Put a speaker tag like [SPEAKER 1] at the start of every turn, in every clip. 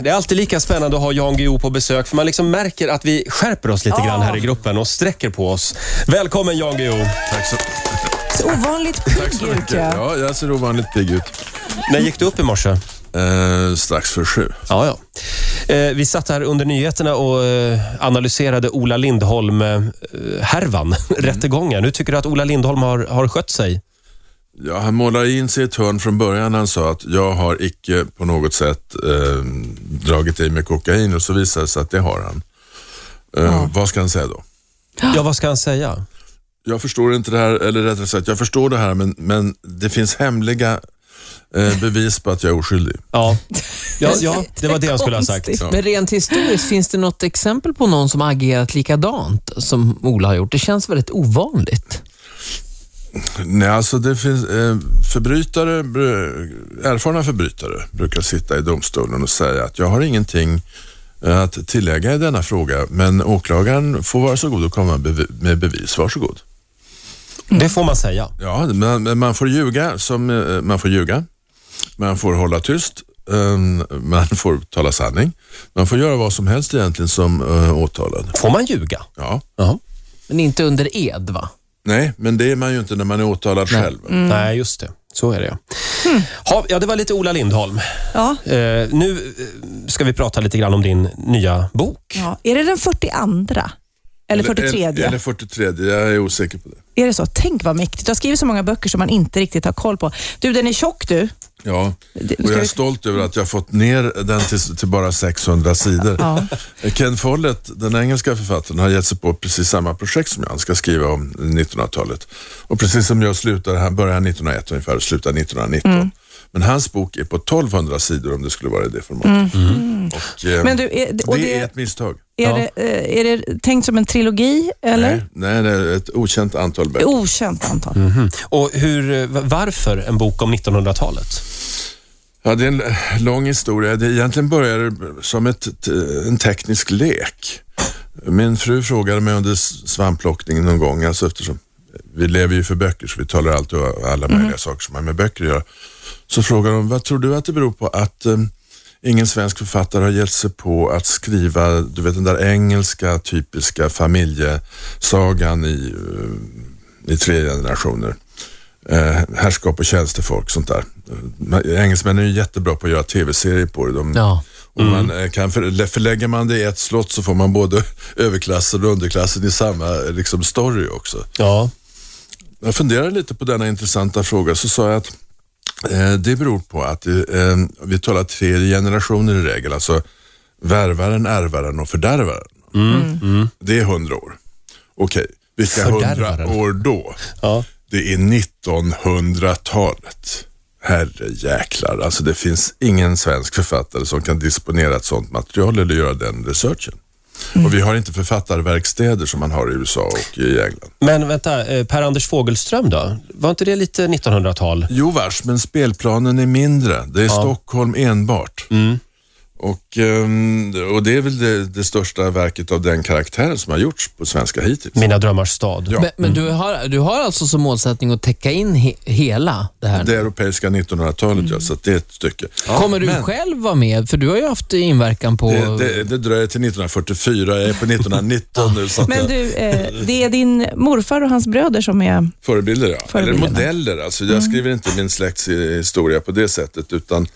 [SPEAKER 1] Det är alltid lika spännande att ha Jan Guillou på besök för man liksom märker att vi skärper oss lite grann här i gruppen och sträcker på oss. Välkommen Jan Guillou!
[SPEAKER 2] Tack så,
[SPEAKER 3] Så ovanligt
[SPEAKER 2] tack
[SPEAKER 3] pigg
[SPEAKER 2] så
[SPEAKER 3] ut
[SPEAKER 2] mycket.
[SPEAKER 3] ja.
[SPEAKER 2] Ja, jag ser ovanligt pigg ut.
[SPEAKER 1] När gick du upp i morse?
[SPEAKER 2] Eh, strax för sju.
[SPEAKER 1] Ja, ja. Eh, vi satt här under nyheterna och eh, analyserade Ola Lindholm-härvan, rättegången. Hur tycker du att Ola Lindholm har, har skött sig?
[SPEAKER 2] Ja, han målade in sig i ett hörn från början när han sa att jag har icke på något sätt eh, dragit i med kokain och så visade det sig att det har han. Eh, Vad ska han säga då?
[SPEAKER 1] Ja, vad ska han säga?
[SPEAKER 2] Jag förstår inte det här, eller rättare sagt, jag förstår det här men, men det finns hemliga eh, bevis på att jag är oskyldig.
[SPEAKER 1] Ja, ja, ja det var det han skulle ha sagt.
[SPEAKER 4] Konstigt. Men rent historiskt, finns det något exempel på någon som agerat likadant som Ola har gjort? Det känns väldigt ovanligt.
[SPEAKER 2] Nej, alltså det finns eh, förbrytare, br- erfarna förbrytare brukar sitta i domstolen och säga att jag har ingenting eh, att tillägga i denna fråga, men åklagaren får vara så god och komma bevi- med bevis. Varsågod.
[SPEAKER 1] Det får man säga.
[SPEAKER 2] Ja, men, men man får ljuga som eh, man får ljuga. Man får hålla tyst. eh, Man får tala sanning. Man får göra vad som helst egentligen som eh, åtalad.
[SPEAKER 1] Får man ljuga?
[SPEAKER 2] Ja.
[SPEAKER 1] Jaha.
[SPEAKER 4] Men inte under ed, va?
[SPEAKER 2] Nej, men det är man ju inte när man är åtalad själv.
[SPEAKER 1] Nej, just det. Så är det ja. Ha, ja, det var lite Ola Lindholm.
[SPEAKER 3] Ja.
[SPEAKER 1] Eh, nu eh, ska vi prata lite grann om din nya bok.
[SPEAKER 3] ja. Är det den 42? Eller 43?
[SPEAKER 2] Eller, eller 43, jag är osäker på det.
[SPEAKER 3] Är det så? Tänk vad mäktigt. Du har skrivit så många böcker som man inte riktigt har koll på. Du, den är tjock du.
[SPEAKER 2] Ja,
[SPEAKER 3] Det-
[SPEAKER 2] och
[SPEAKER 3] ska
[SPEAKER 2] jag är
[SPEAKER 3] vi-
[SPEAKER 2] stolt över att jag fått ner den till, till bara 600 sidor.
[SPEAKER 3] Ja.
[SPEAKER 2] Ken Follett, den engelska författaren, har gett sig på precis samma projekt som jag ska skriva om 1900-talet. Och precis som jag slutar, han börjar 1901 ungefär och slutar 1919.
[SPEAKER 3] Mm.
[SPEAKER 2] Men hans bok är på 1200 sidor om det skulle vara i det formatet. Och, eh,
[SPEAKER 3] Mm. Men du, är, och
[SPEAKER 2] det,
[SPEAKER 3] det,
[SPEAKER 2] är ett misstag.
[SPEAKER 3] är,
[SPEAKER 1] ja.
[SPEAKER 3] det, eh, är det tänkt som en trilogi
[SPEAKER 2] Nej, Mm.
[SPEAKER 3] eller?
[SPEAKER 2] nej, det är ett okänt antal böcker.
[SPEAKER 3] Okänt antal.
[SPEAKER 1] Och hur, eh, va- varför en bok om 1900-talet?
[SPEAKER 2] Ja, det är en l- lång historia. Det egentligen började det som ett, t- en teknisk lek. Min fru frågade mig under s- svampplockningen någon gång, alltså eftersom vi lever ju för böcker så vi talar alltid om alla möjliga saker som har med böcker att göra. Så frågade hon, vad tror du att det beror på att eh, ingen svensk författare har gett sig på att skriva, du vet den där engelska typiska familjesagan i, eh, i tre generationer? eh, herrskap och tjänstefolk, sånt där. Eh, Engelsmännen är ju jättebra på att göra tv-serier på det. De,
[SPEAKER 4] Ja.
[SPEAKER 2] och man eh, kan för, förlägger man det i ett slott så får man både överklassen och underklassen i samma eh, liksom, story också.
[SPEAKER 1] Ja.
[SPEAKER 2] Jag funderade lite på denna intressanta fråga så sa jag att eh, det beror på att eh, vi talar tre generationer i regel, alltså värvaren, ärvaren och fördärvaren. Det är hundra år. Okej, vilka hundra
[SPEAKER 1] Fördärvaren.
[SPEAKER 2] år då?
[SPEAKER 1] ja.
[SPEAKER 2] Det är 1900-talet. Herre jäklar, alltså det finns ingen svensk författare som kan disponera ett sånt material eller göra den researchen. Och vi har inte författarverkstäder som man har i USA och i England.
[SPEAKER 1] Men vänta, eh, Per-Anders Fogelström då? Var inte det lite 1900-tal?
[SPEAKER 2] Jo vars, men spelplanen är mindre. Det är Stockholm enbart. Och, ehm, och det är väl det, det största verket av den karaktären som har gjorts på svenska hittills.
[SPEAKER 1] Mina drömmars stad.
[SPEAKER 2] Ja.
[SPEAKER 4] Men, men du, har, du har alltså som målsättning att täcka in he, hela det här?
[SPEAKER 2] Det europeiska 1900-talet, ja, så att det är ett stycke.
[SPEAKER 4] Kommer du
[SPEAKER 2] men-
[SPEAKER 4] själv vara med? För du har ju haft inverkan på...
[SPEAKER 2] Det, det, det dröjer till 1944, jag är på 1919 nu. Så att
[SPEAKER 3] Men
[SPEAKER 2] jag-
[SPEAKER 3] du, eh, det är din morfar och hans bröder som är...
[SPEAKER 2] Förebilder, ja. Eller
[SPEAKER 3] Förebilderna.
[SPEAKER 2] modeller. Alltså, jag
[SPEAKER 1] Mm.
[SPEAKER 2] skriver inte min släkts eh, historia på det sättet, utan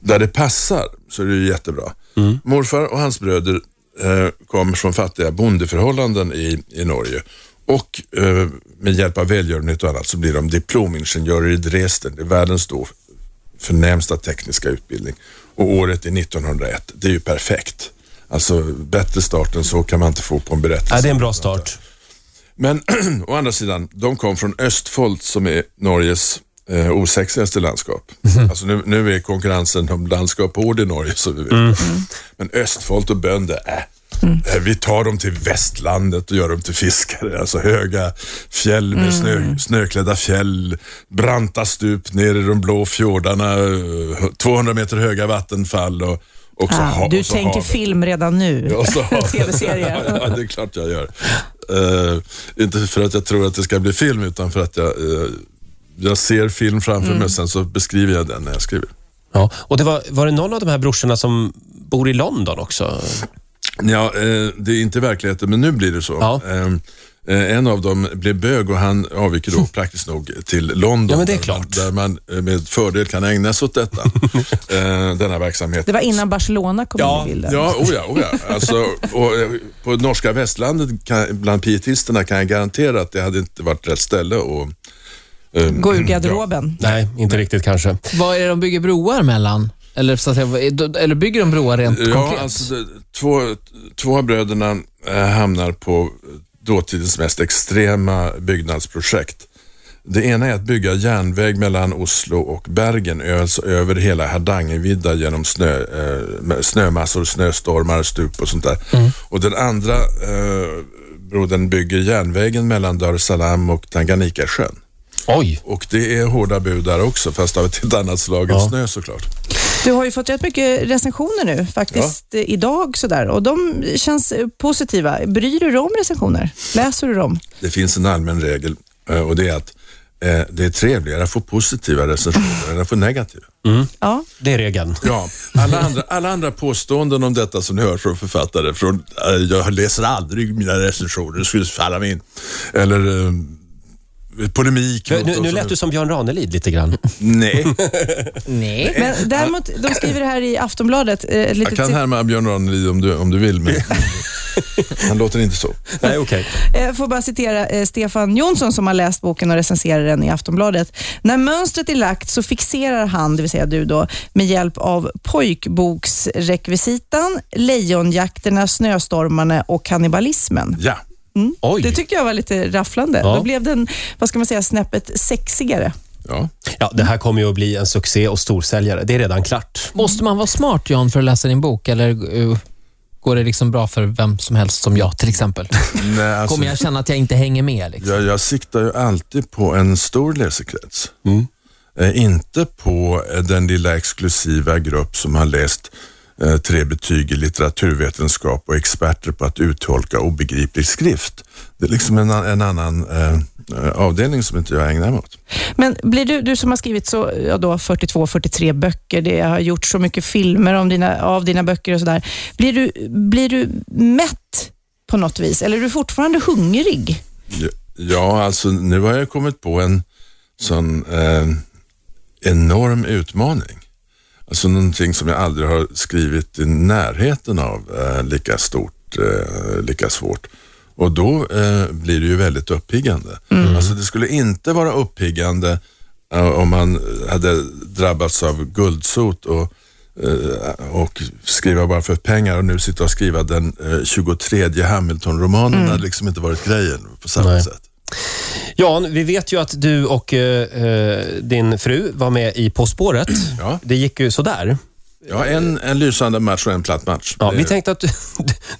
[SPEAKER 2] där det passar så är det ju jättebra.
[SPEAKER 1] Mm.
[SPEAKER 2] Morfar och hans bröder eh, kom från fattiga bondeförhållanden i, i Norge och eh, med hjälp av välgörenhet och annat så blir de diplomingenjörer i Dresden. Det är världens då förnämsta tekniska utbildning och året är 1901. Det är ju perfekt. Alltså bättre start än så kan man inte få på en berättelse.
[SPEAKER 1] Ja, det är en bra start.
[SPEAKER 2] Men å andra sidan, de kom från Östfold som är Norges eh, osexigaste landskap.
[SPEAKER 3] Mhm.
[SPEAKER 2] Alltså nu, nu är konkurrensen om landskap hård i Norge som vi vet.
[SPEAKER 3] Mm.
[SPEAKER 2] Men Östfold och bönder, äh, eh, vi tar dem till västlandet och gör dem till fiskare. Alltså höga fjäll
[SPEAKER 3] Mm.
[SPEAKER 2] med snö, snöklädda fjäll, branta stup ner i de blå fjordarna, eh, 200 meter höga vattenfall och, och så ha-
[SPEAKER 3] Ah, du
[SPEAKER 2] och så
[SPEAKER 3] tänker
[SPEAKER 2] havet.
[SPEAKER 3] film redan nu.
[SPEAKER 2] Ja, så har-
[SPEAKER 3] TV-serie.
[SPEAKER 2] ja, det är klart jag gör. Eh, inte för att jag tror att det ska bli film, utan för att jag, eh, jag ser
[SPEAKER 1] Mm.
[SPEAKER 2] film framför mig och sen så beskriver jag den när jag skriver.
[SPEAKER 1] Ja. Och det var, var det någon av de här brorsorna som bor i London också.
[SPEAKER 2] Ja, eh, det är inte verkligheten, men nu blir det så.
[SPEAKER 1] Ja.
[SPEAKER 2] Ehm, eh, En av dem blev bög och han avviker då praktiskt nog till London.
[SPEAKER 1] Ja, men det är
[SPEAKER 2] där man-
[SPEAKER 1] klart.
[SPEAKER 2] Där man eh, med fördel kan ägna sig åt detta, eh, denna verksamhet.
[SPEAKER 3] Det var innan Barcelona kom
[SPEAKER 1] Ja,
[SPEAKER 3] in i bilden.
[SPEAKER 2] Ja, oh ja, oh ja. Alltså, och, eh, på norska västlandet, kan, bland pietisterna, kan jag garantera att det hade inte varit rätt ställe att... ehm,
[SPEAKER 3] Gå ur garderoben.
[SPEAKER 1] Nej, inte riktigt kanske.
[SPEAKER 4] Vad är det de bygger broar mellan? Eller, så att säga, vad är- eller bygger de broar rent
[SPEAKER 2] Ja,
[SPEAKER 4] konkret?
[SPEAKER 2] alltså, det- två, två av bröderna eh, hamnar på dåtidens mest extrema byggnadsprojekt. Det ena är att bygga järnväg mellan Oslo och Bergen, ö- alltså över hela Hardangervidda genom snö, eh, med snömassor, snöstormar, stup och sånt där. Och den andra eh, brodern bygger järnvägen mellan Dar es Salaam och Tanganyikasjön.
[SPEAKER 1] Oj!
[SPEAKER 2] Och det är hårda bud där också, fast av ett helt annat slag än
[SPEAKER 1] Ja.
[SPEAKER 2] snö såklart.
[SPEAKER 3] Du har ju fått rätt mycket recensioner nu faktiskt eh, idag sådär och de känns eh, positiva. Bryr du dig om recensioner? Läser du dem?
[SPEAKER 2] Det finns en allmän regel eh, och det är att eh, det är trevligare att få positiva recensioner än att få negativa.
[SPEAKER 3] Ja.
[SPEAKER 1] Det är regeln.
[SPEAKER 2] Ja, alla andra, alla andra påståenden om detta som ni hör från författare, från eh, jag läser aldrig mina recensioner, det skulle falla mig in. Eller eh, polemik. mot
[SPEAKER 1] Nu,
[SPEAKER 2] dem
[SPEAKER 1] nu
[SPEAKER 2] som-
[SPEAKER 1] lät du som Björn Ranelid lite grann.
[SPEAKER 2] Nej,
[SPEAKER 4] Nej.
[SPEAKER 3] Men däremot, de skriver här i Aftonbladet, eh, ett
[SPEAKER 2] Eh, äh, jag
[SPEAKER 3] litet
[SPEAKER 2] kan
[SPEAKER 3] citat.
[SPEAKER 2] härma Björn Ranelid om du, om du vill, men han låter inte så.
[SPEAKER 1] Nej, okej.
[SPEAKER 3] Eh, får bara citera eh, Stefan Jonsson som har läst boken och recenserar den i Aftonbladet. När mönstret är lagt så fixerar han, det vill säga du då, med hjälp av pojkboksrekvisitan, lejonjakterna, snöstormarna och kannibalismen.
[SPEAKER 2] Ja,
[SPEAKER 3] Det
[SPEAKER 1] Oj!
[SPEAKER 3] tyckte jag var lite rafflande.
[SPEAKER 1] Ja.
[SPEAKER 3] Då blev den, vad ska man säga, snäppet sexigare.
[SPEAKER 2] ja.
[SPEAKER 1] Ja, det här kommer ju att bli en succé och storsäljare. Det är redan klart.
[SPEAKER 4] Måste man vara smart, Jan, för att läsa din bok? Eller eh, går det liksom bra för vem som helst, som jag till exempel?
[SPEAKER 2] Nej, alltså,
[SPEAKER 4] Kommer jag känna att jag inte hänger med? Liksom?
[SPEAKER 2] Jag, jag siktar ju alltid på en stor läsekrets. Eh, inte på eh, den lilla exklusiva grupp som har läst eh, tre betyg i litteraturvetenskap och experter på att uttolka obegriplig skrift. Det är liksom en, an- en annan eh, eh, avdelning som inte jag ägnar mig åt.
[SPEAKER 3] Men blir du, du som har skrivit så, ja då, 42, 43 böcker, det har gjort så mycket filmer om dina, av dina böcker och sådär. Blir du, blir du mätt på något vis? Eller är du fortfarande hungrig?
[SPEAKER 2] Ja, Ja, alltså nu har jag kommit på en sån eh, enorm utmaning. Alltså någonting som jag aldrig har skrivit i närheten av eh, lika stort, eh, lika svårt. Och då eh, blir det ju väldigt uppiggande. Alltså det skulle inte vara uppiggande eh, om man hade drabbats av guldsot och, eh, och skriva bara för pengar och nu sitta och skriva den eh, 23 Hamilton-romanen hade liksom inte varit grejen på samma
[SPEAKER 1] Nej.
[SPEAKER 2] sätt.
[SPEAKER 1] Jan, vi vet ju att du och eh, eh, din fru var med i På spåret.
[SPEAKER 2] Ja.
[SPEAKER 1] Det gick ju sådär.
[SPEAKER 2] Ja, en, en lysande match och en platt match.
[SPEAKER 1] Ja,
[SPEAKER 2] Det-
[SPEAKER 1] vi tänkte att du,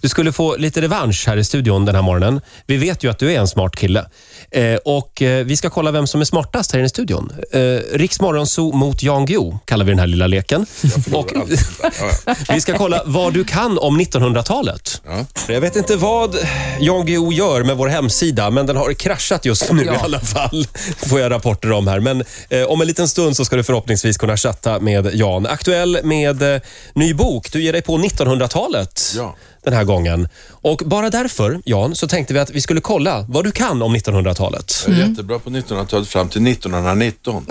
[SPEAKER 1] du skulle få lite revansch här i studion den här morgonen. Vi vet ju att du är en smart kille. Eh, och eh, Vi ska kolla vem som är smartast här inne i studion. Eh, Riks Morgonzoo mot Jan Guillou kallar vi den här lilla leken. Och,
[SPEAKER 2] Allt sånt där. Ja, ja.
[SPEAKER 1] vi ska kolla vad du kan om 1900-talet.
[SPEAKER 2] Ja.
[SPEAKER 1] Jag vet inte vad Jan Guillou gör med vår hemsida, men den har kraschat just nu i
[SPEAKER 4] Ja.
[SPEAKER 1] alla fall. Får jag rapporter om här. Men eh, om en liten stund så ska du förhoppningsvis kunna chatta med Jan. Aktuell med eh, ny bok. Du ger dig på 1900-talet
[SPEAKER 2] Ja.
[SPEAKER 1] den här gången. Och bara därför, Jan, så tänkte vi att vi skulle kolla vad du kan om 1900-talet.
[SPEAKER 2] Jag är jättebra på 1900-talet fram till 1919.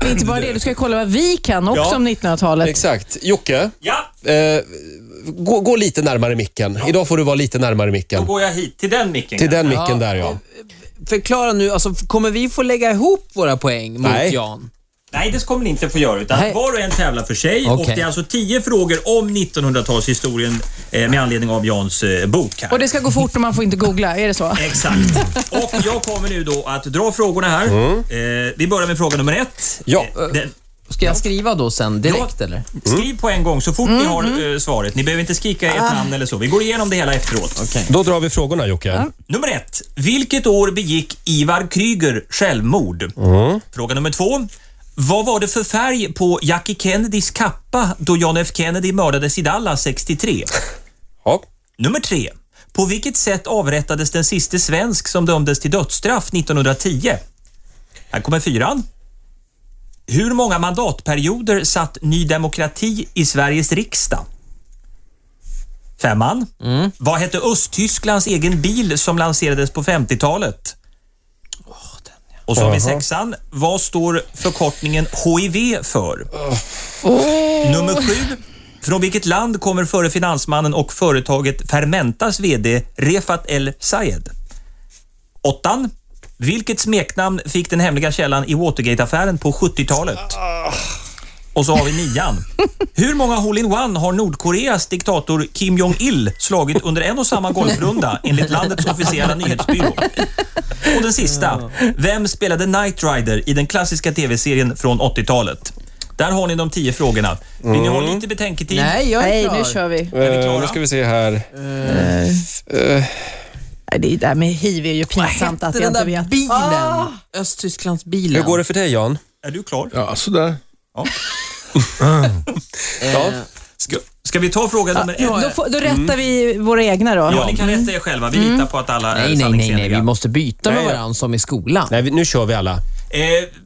[SPEAKER 3] Det är inte bara det, du ska kolla vad vi kan också
[SPEAKER 1] Ja.
[SPEAKER 3] om
[SPEAKER 1] Mm.
[SPEAKER 3] 1900-talet.
[SPEAKER 1] Exakt. Jocke, eh, gå, gå lite närmare micken. Idag får du vara lite närmare micken.
[SPEAKER 5] Då går jag hit till den micken.
[SPEAKER 1] Till den
[SPEAKER 4] Ja.
[SPEAKER 1] micken där ja.
[SPEAKER 4] Förklara nu, alltså, kommer vi få lägga ihop våra poäng mot
[SPEAKER 1] Nej.
[SPEAKER 4] Jan?
[SPEAKER 5] Nej, det kommer ni inte få göra. Utan
[SPEAKER 4] Nej.
[SPEAKER 5] var och en tävlar för sig. Och
[SPEAKER 4] Okej.
[SPEAKER 5] det är alltså tio frågor om 1900-talshistorien eh, med anledning av Jans eh, bok. Här.
[SPEAKER 3] Och det ska gå fort och man får inte googla, är det så?
[SPEAKER 5] Exakt. Och jag kommer nu då att dra frågorna här. Eh, vi börjar med fråga nummer ett.
[SPEAKER 1] Ja.
[SPEAKER 5] Eh, den,
[SPEAKER 4] Ska jag skriva då sen direkt
[SPEAKER 5] Ja.
[SPEAKER 4] eller?
[SPEAKER 5] skriv på en gång så fort ni har eh, svaret. Ni behöver inte skrika ert namn eller så. Vi går igenom det hela efteråt.
[SPEAKER 1] Då drar vi frågorna Jocke.
[SPEAKER 5] Nummer ett. Vilket år begick Ivar Kryger självmord? Fråga nummer två. Vad var det för färg på Jackie Kennedys kappa då John F Kennedy mördades i Dallas 63?
[SPEAKER 1] Ja.
[SPEAKER 5] Nummer tre. På vilket sätt avrättades den siste svensk som dömdes till dödsstraff 1910? Här kommer fyran. Hur många mandatperioder satt Ny Demokrati i Sveriges riksdag? Femman. Vad hette Östtysklands egen bil som lanserades på 50-talet? Och så har vi sexan. Vad står förkortningen HIV för? Nummer sju. Från vilket land kommer före finansmannen och företaget Fermentas VD Refat El Sayed? Åttan. Vilket smeknamn fick den hemliga källan i Watergate-affären på 70-talet? Och så har vi nian. Hur många hole-in-one har Nordkoreas diktator Kim Jong-Il slagit under en och samma golfrunda enligt landets officiella nyhetsbyrå? Och den sista. Vem spelade Knight Rider i den klassiska tv-serien från 80-talet? Där har ni de tio frågorna. Vill ni ha lite betänketid?
[SPEAKER 4] Nej, jag är
[SPEAKER 3] Nej,
[SPEAKER 4] klar.
[SPEAKER 3] nu kör vi.
[SPEAKER 5] vi klara?
[SPEAKER 1] Eh, nu ska vi se här.
[SPEAKER 3] Nej, det där med hiv är ju pinsamt att
[SPEAKER 4] Den
[SPEAKER 3] jag inte
[SPEAKER 4] där
[SPEAKER 3] vet. Ah!
[SPEAKER 4] bilen. Östtysklands
[SPEAKER 1] Hur
[SPEAKER 4] bilen.
[SPEAKER 1] går det för dig, Jan?
[SPEAKER 5] Är du klar?
[SPEAKER 2] Ja, sådär.
[SPEAKER 1] Ja.
[SPEAKER 5] Ska, ska vi ta fråga nummer ett?
[SPEAKER 3] Då, får, då rättar vi våra egna då.
[SPEAKER 5] Ja, ni kan rätta er själva. Vi litar på att alla är
[SPEAKER 4] Mm. Nej, nej, nej, nej. Vi
[SPEAKER 5] sanningsenliga.
[SPEAKER 4] måste byta med
[SPEAKER 1] Nej, ja.
[SPEAKER 4] varandra som i skolan.
[SPEAKER 1] Nej, vi- nu kör vi alla.
[SPEAKER 5] Eh,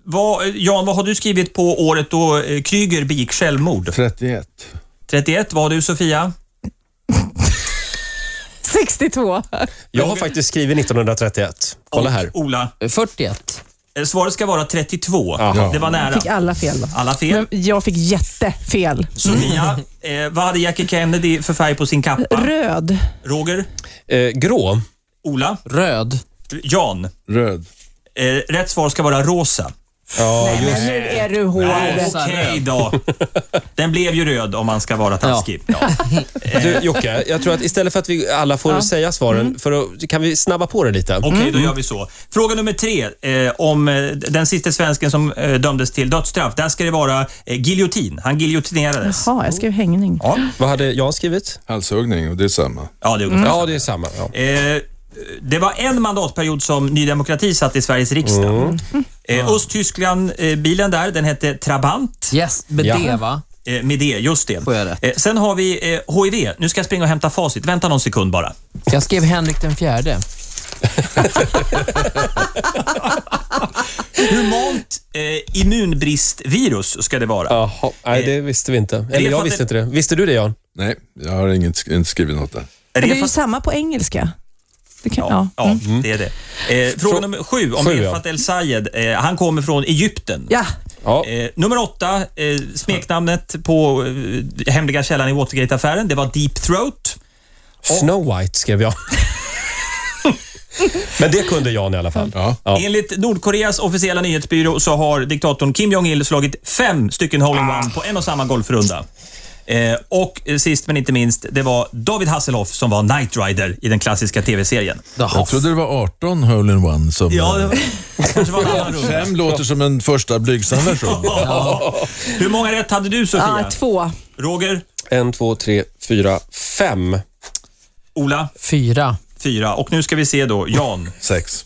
[SPEAKER 5] vad, Jan, vad har du skrivit på året då eh, Kryger begick självmord?
[SPEAKER 2] 31.
[SPEAKER 5] 31 var du, Sofia.
[SPEAKER 3] 62.
[SPEAKER 1] Jag har faktiskt skrivit 1931. Kolla
[SPEAKER 5] Och
[SPEAKER 1] här.
[SPEAKER 5] Ola.
[SPEAKER 4] 41.
[SPEAKER 5] Eh, Svaret ska vara 32.
[SPEAKER 1] Jaha.
[SPEAKER 5] Det var nära.
[SPEAKER 3] Fick alla fel då.
[SPEAKER 5] Alla fel.
[SPEAKER 3] Men jag fick jättefel.
[SPEAKER 5] Sofia, eh, vad hade Jackie Kennedy för färg på sin kappa?
[SPEAKER 3] Röd.
[SPEAKER 5] Roger,
[SPEAKER 1] Eh, grå.
[SPEAKER 5] Ola,
[SPEAKER 4] Röd.
[SPEAKER 5] Jan.
[SPEAKER 2] Röd.
[SPEAKER 5] Eh, rätt svar ska vara rosa.
[SPEAKER 1] Ja,
[SPEAKER 3] Nej, men nu är du hård.
[SPEAKER 5] Okej
[SPEAKER 4] Rosa,
[SPEAKER 5] då. Den blev ju röd om man ska vara taskig. Ja.
[SPEAKER 1] Du, Jocke, jag tror att istället för att vi alla får säga svaren, för att, kan vi snabba på det lite?
[SPEAKER 5] Okej, då gör vi så. Fråga nummer tre eh, om eh, den sista svensken som eh, dömdes till dödsstraff. Där ska det vara eh, giljotin. Han giljotinerades.
[SPEAKER 3] Jaha, jag skrev hängning.
[SPEAKER 5] Ja.
[SPEAKER 1] Vad hade jag skrivit?
[SPEAKER 2] Halshuggning och det är samma.
[SPEAKER 5] ja, det är ungefär.
[SPEAKER 1] Ja, det är samma. Ja.
[SPEAKER 5] Eh, det var en mandatperiod som Ny Demokrati satt i Sveriges riksdag. Eh, Östtyskland-bilen där, den hette Trabant.
[SPEAKER 4] Yes, med
[SPEAKER 1] Ja.
[SPEAKER 4] det va?
[SPEAKER 5] Eh, med det, just det.
[SPEAKER 4] Får jag rätt?
[SPEAKER 5] Eh, sen har vi eh, HIV. Nu ska jag springa och hämta facit. Vänta någon sekund bara.
[SPEAKER 4] Jag skrev Henrik den fjärde.
[SPEAKER 5] Humant eh, immunbristvirus ska det vara.
[SPEAKER 1] Jaha, nej Eh, det visste vi inte. Eller jag
[SPEAKER 5] Refat-
[SPEAKER 1] visste inte det. Visste du det Jan?
[SPEAKER 2] Nej, jag har inget, sk- inte skrivit något där.
[SPEAKER 5] Är
[SPEAKER 3] Men det är ju
[SPEAKER 5] fast-
[SPEAKER 3] samma på engelska. Det kan,
[SPEAKER 5] Ja,
[SPEAKER 3] ja. Mm.
[SPEAKER 5] ja det är det. Eh, fråga nummer sju om
[SPEAKER 1] Sju, ja.
[SPEAKER 5] Refat El Sayed. Eh, han kommer från Egypten.
[SPEAKER 3] Ja.
[SPEAKER 1] Ja.
[SPEAKER 5] Eh, nummer åtta, eh, smeknamnet på eh, hemliga källan i Watergate-affären, det var Deep Throat.
[SPEAKER 1] Snow White skrev jag. Men det kunde Jan i alla fall.
[SPEAKER 2] Ja.
[SPEAKER 5] Enligt Nordkoreas officiella nyhetsbyrå så har diktatorn Kim Jong-Il slagit fem stycken hole-in-one på en och samma golfrunda. Eh, och eh, sist men inte minst, det var David Hasselhoff som var Knight Rider i den klassiska tv-serien.
[SPEAKER 2] Jag trodde det var 18 hole-in-one som... eh,
[SPEAKER 5] Ja, det var, kanske var en annan runda.
[SPEAKER 2] Fem låter som en första blygsam version.
[SPEAKER 5] Hur många rätt hade du, Sofia?
[SPEAKER 3] Ah, två.
[SPEAKER 5] Roger,
[SPEAKER 1] En, två, tre, fyra, fem.
[SPEAKER 5] Ola,
[SPEAKER 4] Fyra.
[SPEAKER 5] fyra. Och nu ska vi se då, Jan.
[SPEAKER 2] Sex.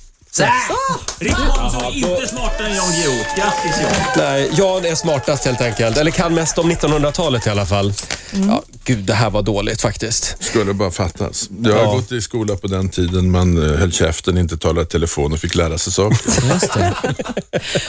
[SPEAKER 5] Rickman som är inte smartare än Jan Guillou. Grattis Jan.
[SPEAKER 1] Nej, Jan Eh, är smartast helt enkelt. Eller kan mest om 1900-talet i alla fall. Ja, gud, det här var dåligt faktiskt.
[SPEAKER 2] Skulle bara fattas. Jag har
[SPEAKER 1] Ja.
[SPEAKER 2] gått i skola på den tiden man eh, höll käften, inte talade i telefon och fick lära sig saker.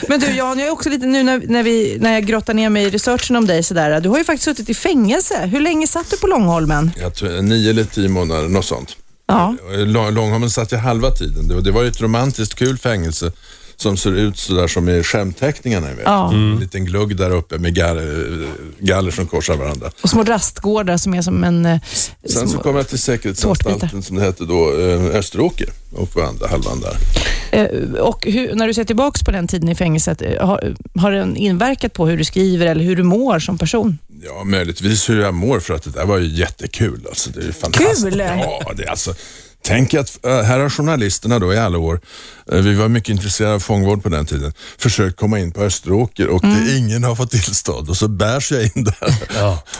[SPEAKER 3] Men du Jan, jag är också lite nu när, när, vi, när jag grottar ner mig i researchen om dig sådär. Du har ju faktiskt suttit i fängelse. Hur länge satt du på Långholmen?
[SPEAKER 2] Jag tror, nio eller tio månader, något sånt.
[SPEAKER 3] Ja.
[SPEAKER 2] Lång- Långholmen satt jag halva tiden. Det var, det var ju ett romantiskt kul fängelse som ser ut sådär som i skämteckningarna. ni Vet.
[SPEAKER 3] Ja. Mm.
[SPEAKER 2] En liten glugg där uppe med galler, galler som korsar varandra.
[SPEAKER 3] Och små rastgårdar som är som en... eh,
[SPEAKER 2] Sen så
[SPEAKER 3] små-
[SPEAKER 2] kom jag till
[SPEAKER 3] tårtbitar.
[SPEAKER 2] säkerhetsanstalten som det hette då, eh, Österåker och var andra halvan där.
[SPEAKER 3] eh, och hur, när du ser tillbaka på den tiden i fängelset, eh, har, har den inverkat på hur du skriver eller hur du mår som person?
[SPEAKER 2] Ja, möjligtvis hur jag mår för att det där var ju jättekul. Alltså, det är ju fantastiskt.
[SPEAKER 3] Kul!
[SPEAKER 2] Ja, det är alltså... Tänk att, eh, här har journalisterna då i alla år, eh, vi var mycket intresserade av fångvård på den tiden, försökt komma in på Österåker och det, ingen har fått tillstånd och så bärs jag in där.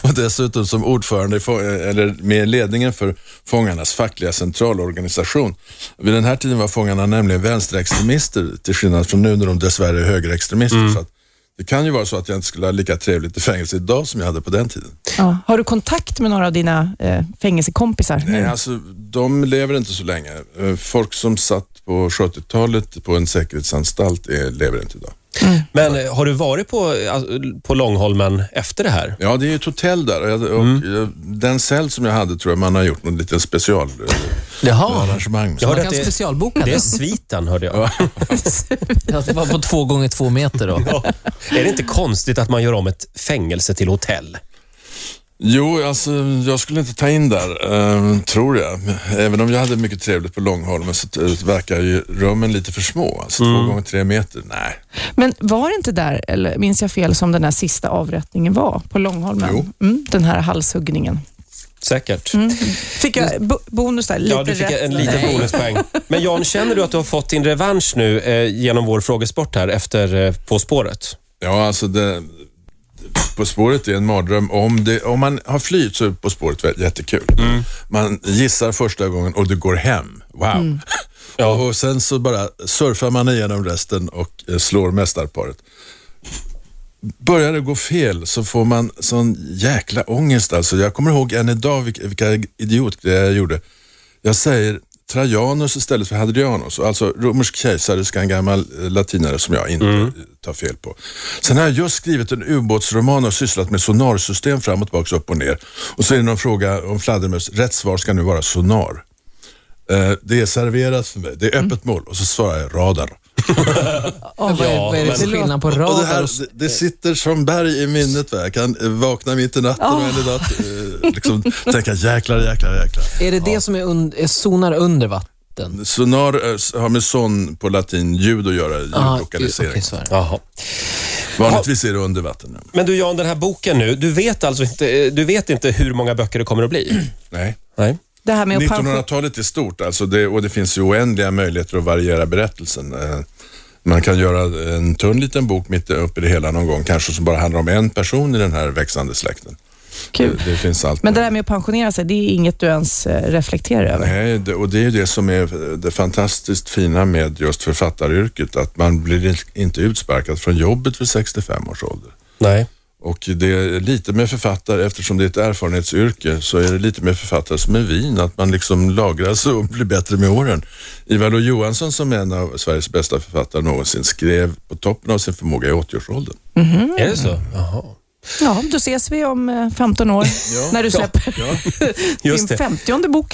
[SPEAKER 2] Och dessutom som ordförande i, få- eh, eller med ledningen för fångarnas fackliga centralorganisation. Vid den här tiden var fångarna nämligen vänsterextremister till skillnad från nu när de dessvärre är högerextremister. Så att, det kan ju vara så att jag inte skulle ha lika trevligt i fängelse idag som jag hade på den tiden.
[SPEAKER 3] Ja. Har du kontakt med några av dina eh, fängelsekompisar? nu?
[SPEAKER 2] Nej, alltså, de lever inte så länge. Eh, Folk som satt på 70-talet på en säkerhetsanstalt är, lever inte idag.
[SPEAKER 1] Men eh, har du varit på, eh, på Långholmen efter det här?
[SPEAKER 2] Ja, det är ju ett hotell där och, jag- och eh, den cell som jag hade tror jag man har gjort något litet specialarrangemang eh,
[SPEAKER 4] Jaha.
[SPEAKER 2] med.
[SPEAKER 1] Jag
[SPEAKER 4] Man
[SPEAKER 1] hörde
[SPEAKER 4] kan
[SPEAKER 1] att det-
[SPEAKER 4] specialboka
[SPEAKER 1] Det är
[SPEAKER 4] den.
[SPEAKER 1] sviten, hörde jag.
[SPEAKER 4] Ja, Det var på två gånger två meter då.
[SPEAKER 1] Ja. Är det inte konstigt att man gör om ett fängelse till hotell?
[SPEAKER 2] Jo, alltså jag skulle inte ta in där, eh, tror jag. Även om jag hade mycket trevligt på Långholmen så eh, verkar ju rummen lite för små. Alltså två gånger tre meter, nej.
[SPEAKER 3] Men var det inte där, eller minns jag fel, som den här sista avrättningen var på Långholmen?
[SPEAKER 2] Jo.
[SPEAKER 3] Mm, den här halshuggningen.
[SPEAKER 1] Säkert.
[SPEAKER 3] Fick jag bo- bonus där? Lite
[SPEAKER 1] Ja, du fick
[SPEAKER 3] rätt.
[SPEAKER 1] en liten
[SPEAKER 4] Nej.
[SPEAKER 1] bonuspoäng. Men Jan, känner du att du har fått din revansch nu eh, genom vår frågesport här efter eh, På spåret?
[SPEAKER 2] Ja, alltså det, På spåret är en mardröm. Om, det, om man har flytt så är På spåret väldigt jättekul. Man gissar första gången och du går hem. Wow.
[SPEAKER 1] Ja.
[SPEAKER 2] Och sen så bara surfar man igenom resten och eh, slår mästarparet. Börjar det gå fel så får man sån jäkla ångest alltså. Jag kommer ihåg än idag vilka, vilka idiotgrejer jag gjorde. Jag säger Trajanus istället för Hadrianus, alltså romersk kejserska, en gammal eh, latinare som jag inte
[SPEAKER 4] Mm.
[SPEAKER 2] eh, tar fel på. Sen har jag just skrivit en ubåtsroman och sysslat med sonarsystem fram och tillbaka, upp och ner. Och så är det någon fråga om fladdermöss. Rätt svar ska nu vara sonar. Eh, Det är serverat för mig, det är
[SPEAKER 4] Mm.
[SPEAKER 2] öppet mål och så svarar jag radar.
[SPEAKER 4] Oh, vad, är, vad är det för
[SPEAKER 3] men-
[SPEAKER 4] skillnad på
[SPEAKER 2] Och det,
[SPEAKER 4] radar
[SPEAKER 2] här,
[SPEAKER 4] och...
[SPEAKER 2] det- det sitter som berg i minnet. Va? Jag kan eh, vakna mitt i natten och en dag eh, liksom, tänka jäklar, jäklar, jäklar.
[SPEAKER 4] Är det det som är, un, är zonar under vatten?
[SPEAKER 2] Sonar eh, s- har med son på latin ljud att göra,
[SPEAKER 4] Ah,
[SPEAKER 2] ljudlokalisering.
[SPEAKER 4] okej, så är det.
[SPEAKER 1] Jaha.
[SPEAKER 2] Vanligtvis är det under vatten. ja.
[SPEAKER 1] Men du Jan, den här boken nu. Du vet alltså inte, eh, du vet inte hur många böcker det kommer att bli?
[SPEAKER 2] Nej.
[SPEAKER 1] Nej.
[SPEAKER 3] Det här med att pension-
[SPEAKER 2] 1900-talet är stort alltså det, och det finns ju oändliga möjligheter att variera berättelsen. Eh, Man kan göra en tunn liten bok mitt uppe i det hela någon gång, kanske som bara handlar om en person i den här växande släkten.
[SPEAKER 3] Kul.
[SPEAKER 2] Det, det finns allt.
[SPEAKER 3] Men det där med att pensionera sig, det är inget du ens eh, reflekterar över.
[SPEAKER 2] Nej, det, och det är ju det som är det fantastiskt fina med just författaryrket, att man blir inte utsparkad från jobbet vid 65 års ålder.
[SPEAKER 1] Nej.
[SPEAKER 2] Och det är lite med författare, eftersom det är ett erfarenhetsyrke, så är det lite med författare som med vin, att man liksom lagras och blir bättre med åren. Ivar Lo Johansson, som är en av Sveriges bästa författare någonsin, skrev på toppen av sin förmåga i 80-årsåldern.
[SPEAKER 1] Är det så? Jaha.
[SPEAKER 3] Ja, då ses vi om eh, 15 år när du släpper
[SPEAKER 2] Ja.
[SPEAKER 3] din
[SPEAKER 1] Just det.
[SPEAKER 3] 50 bok.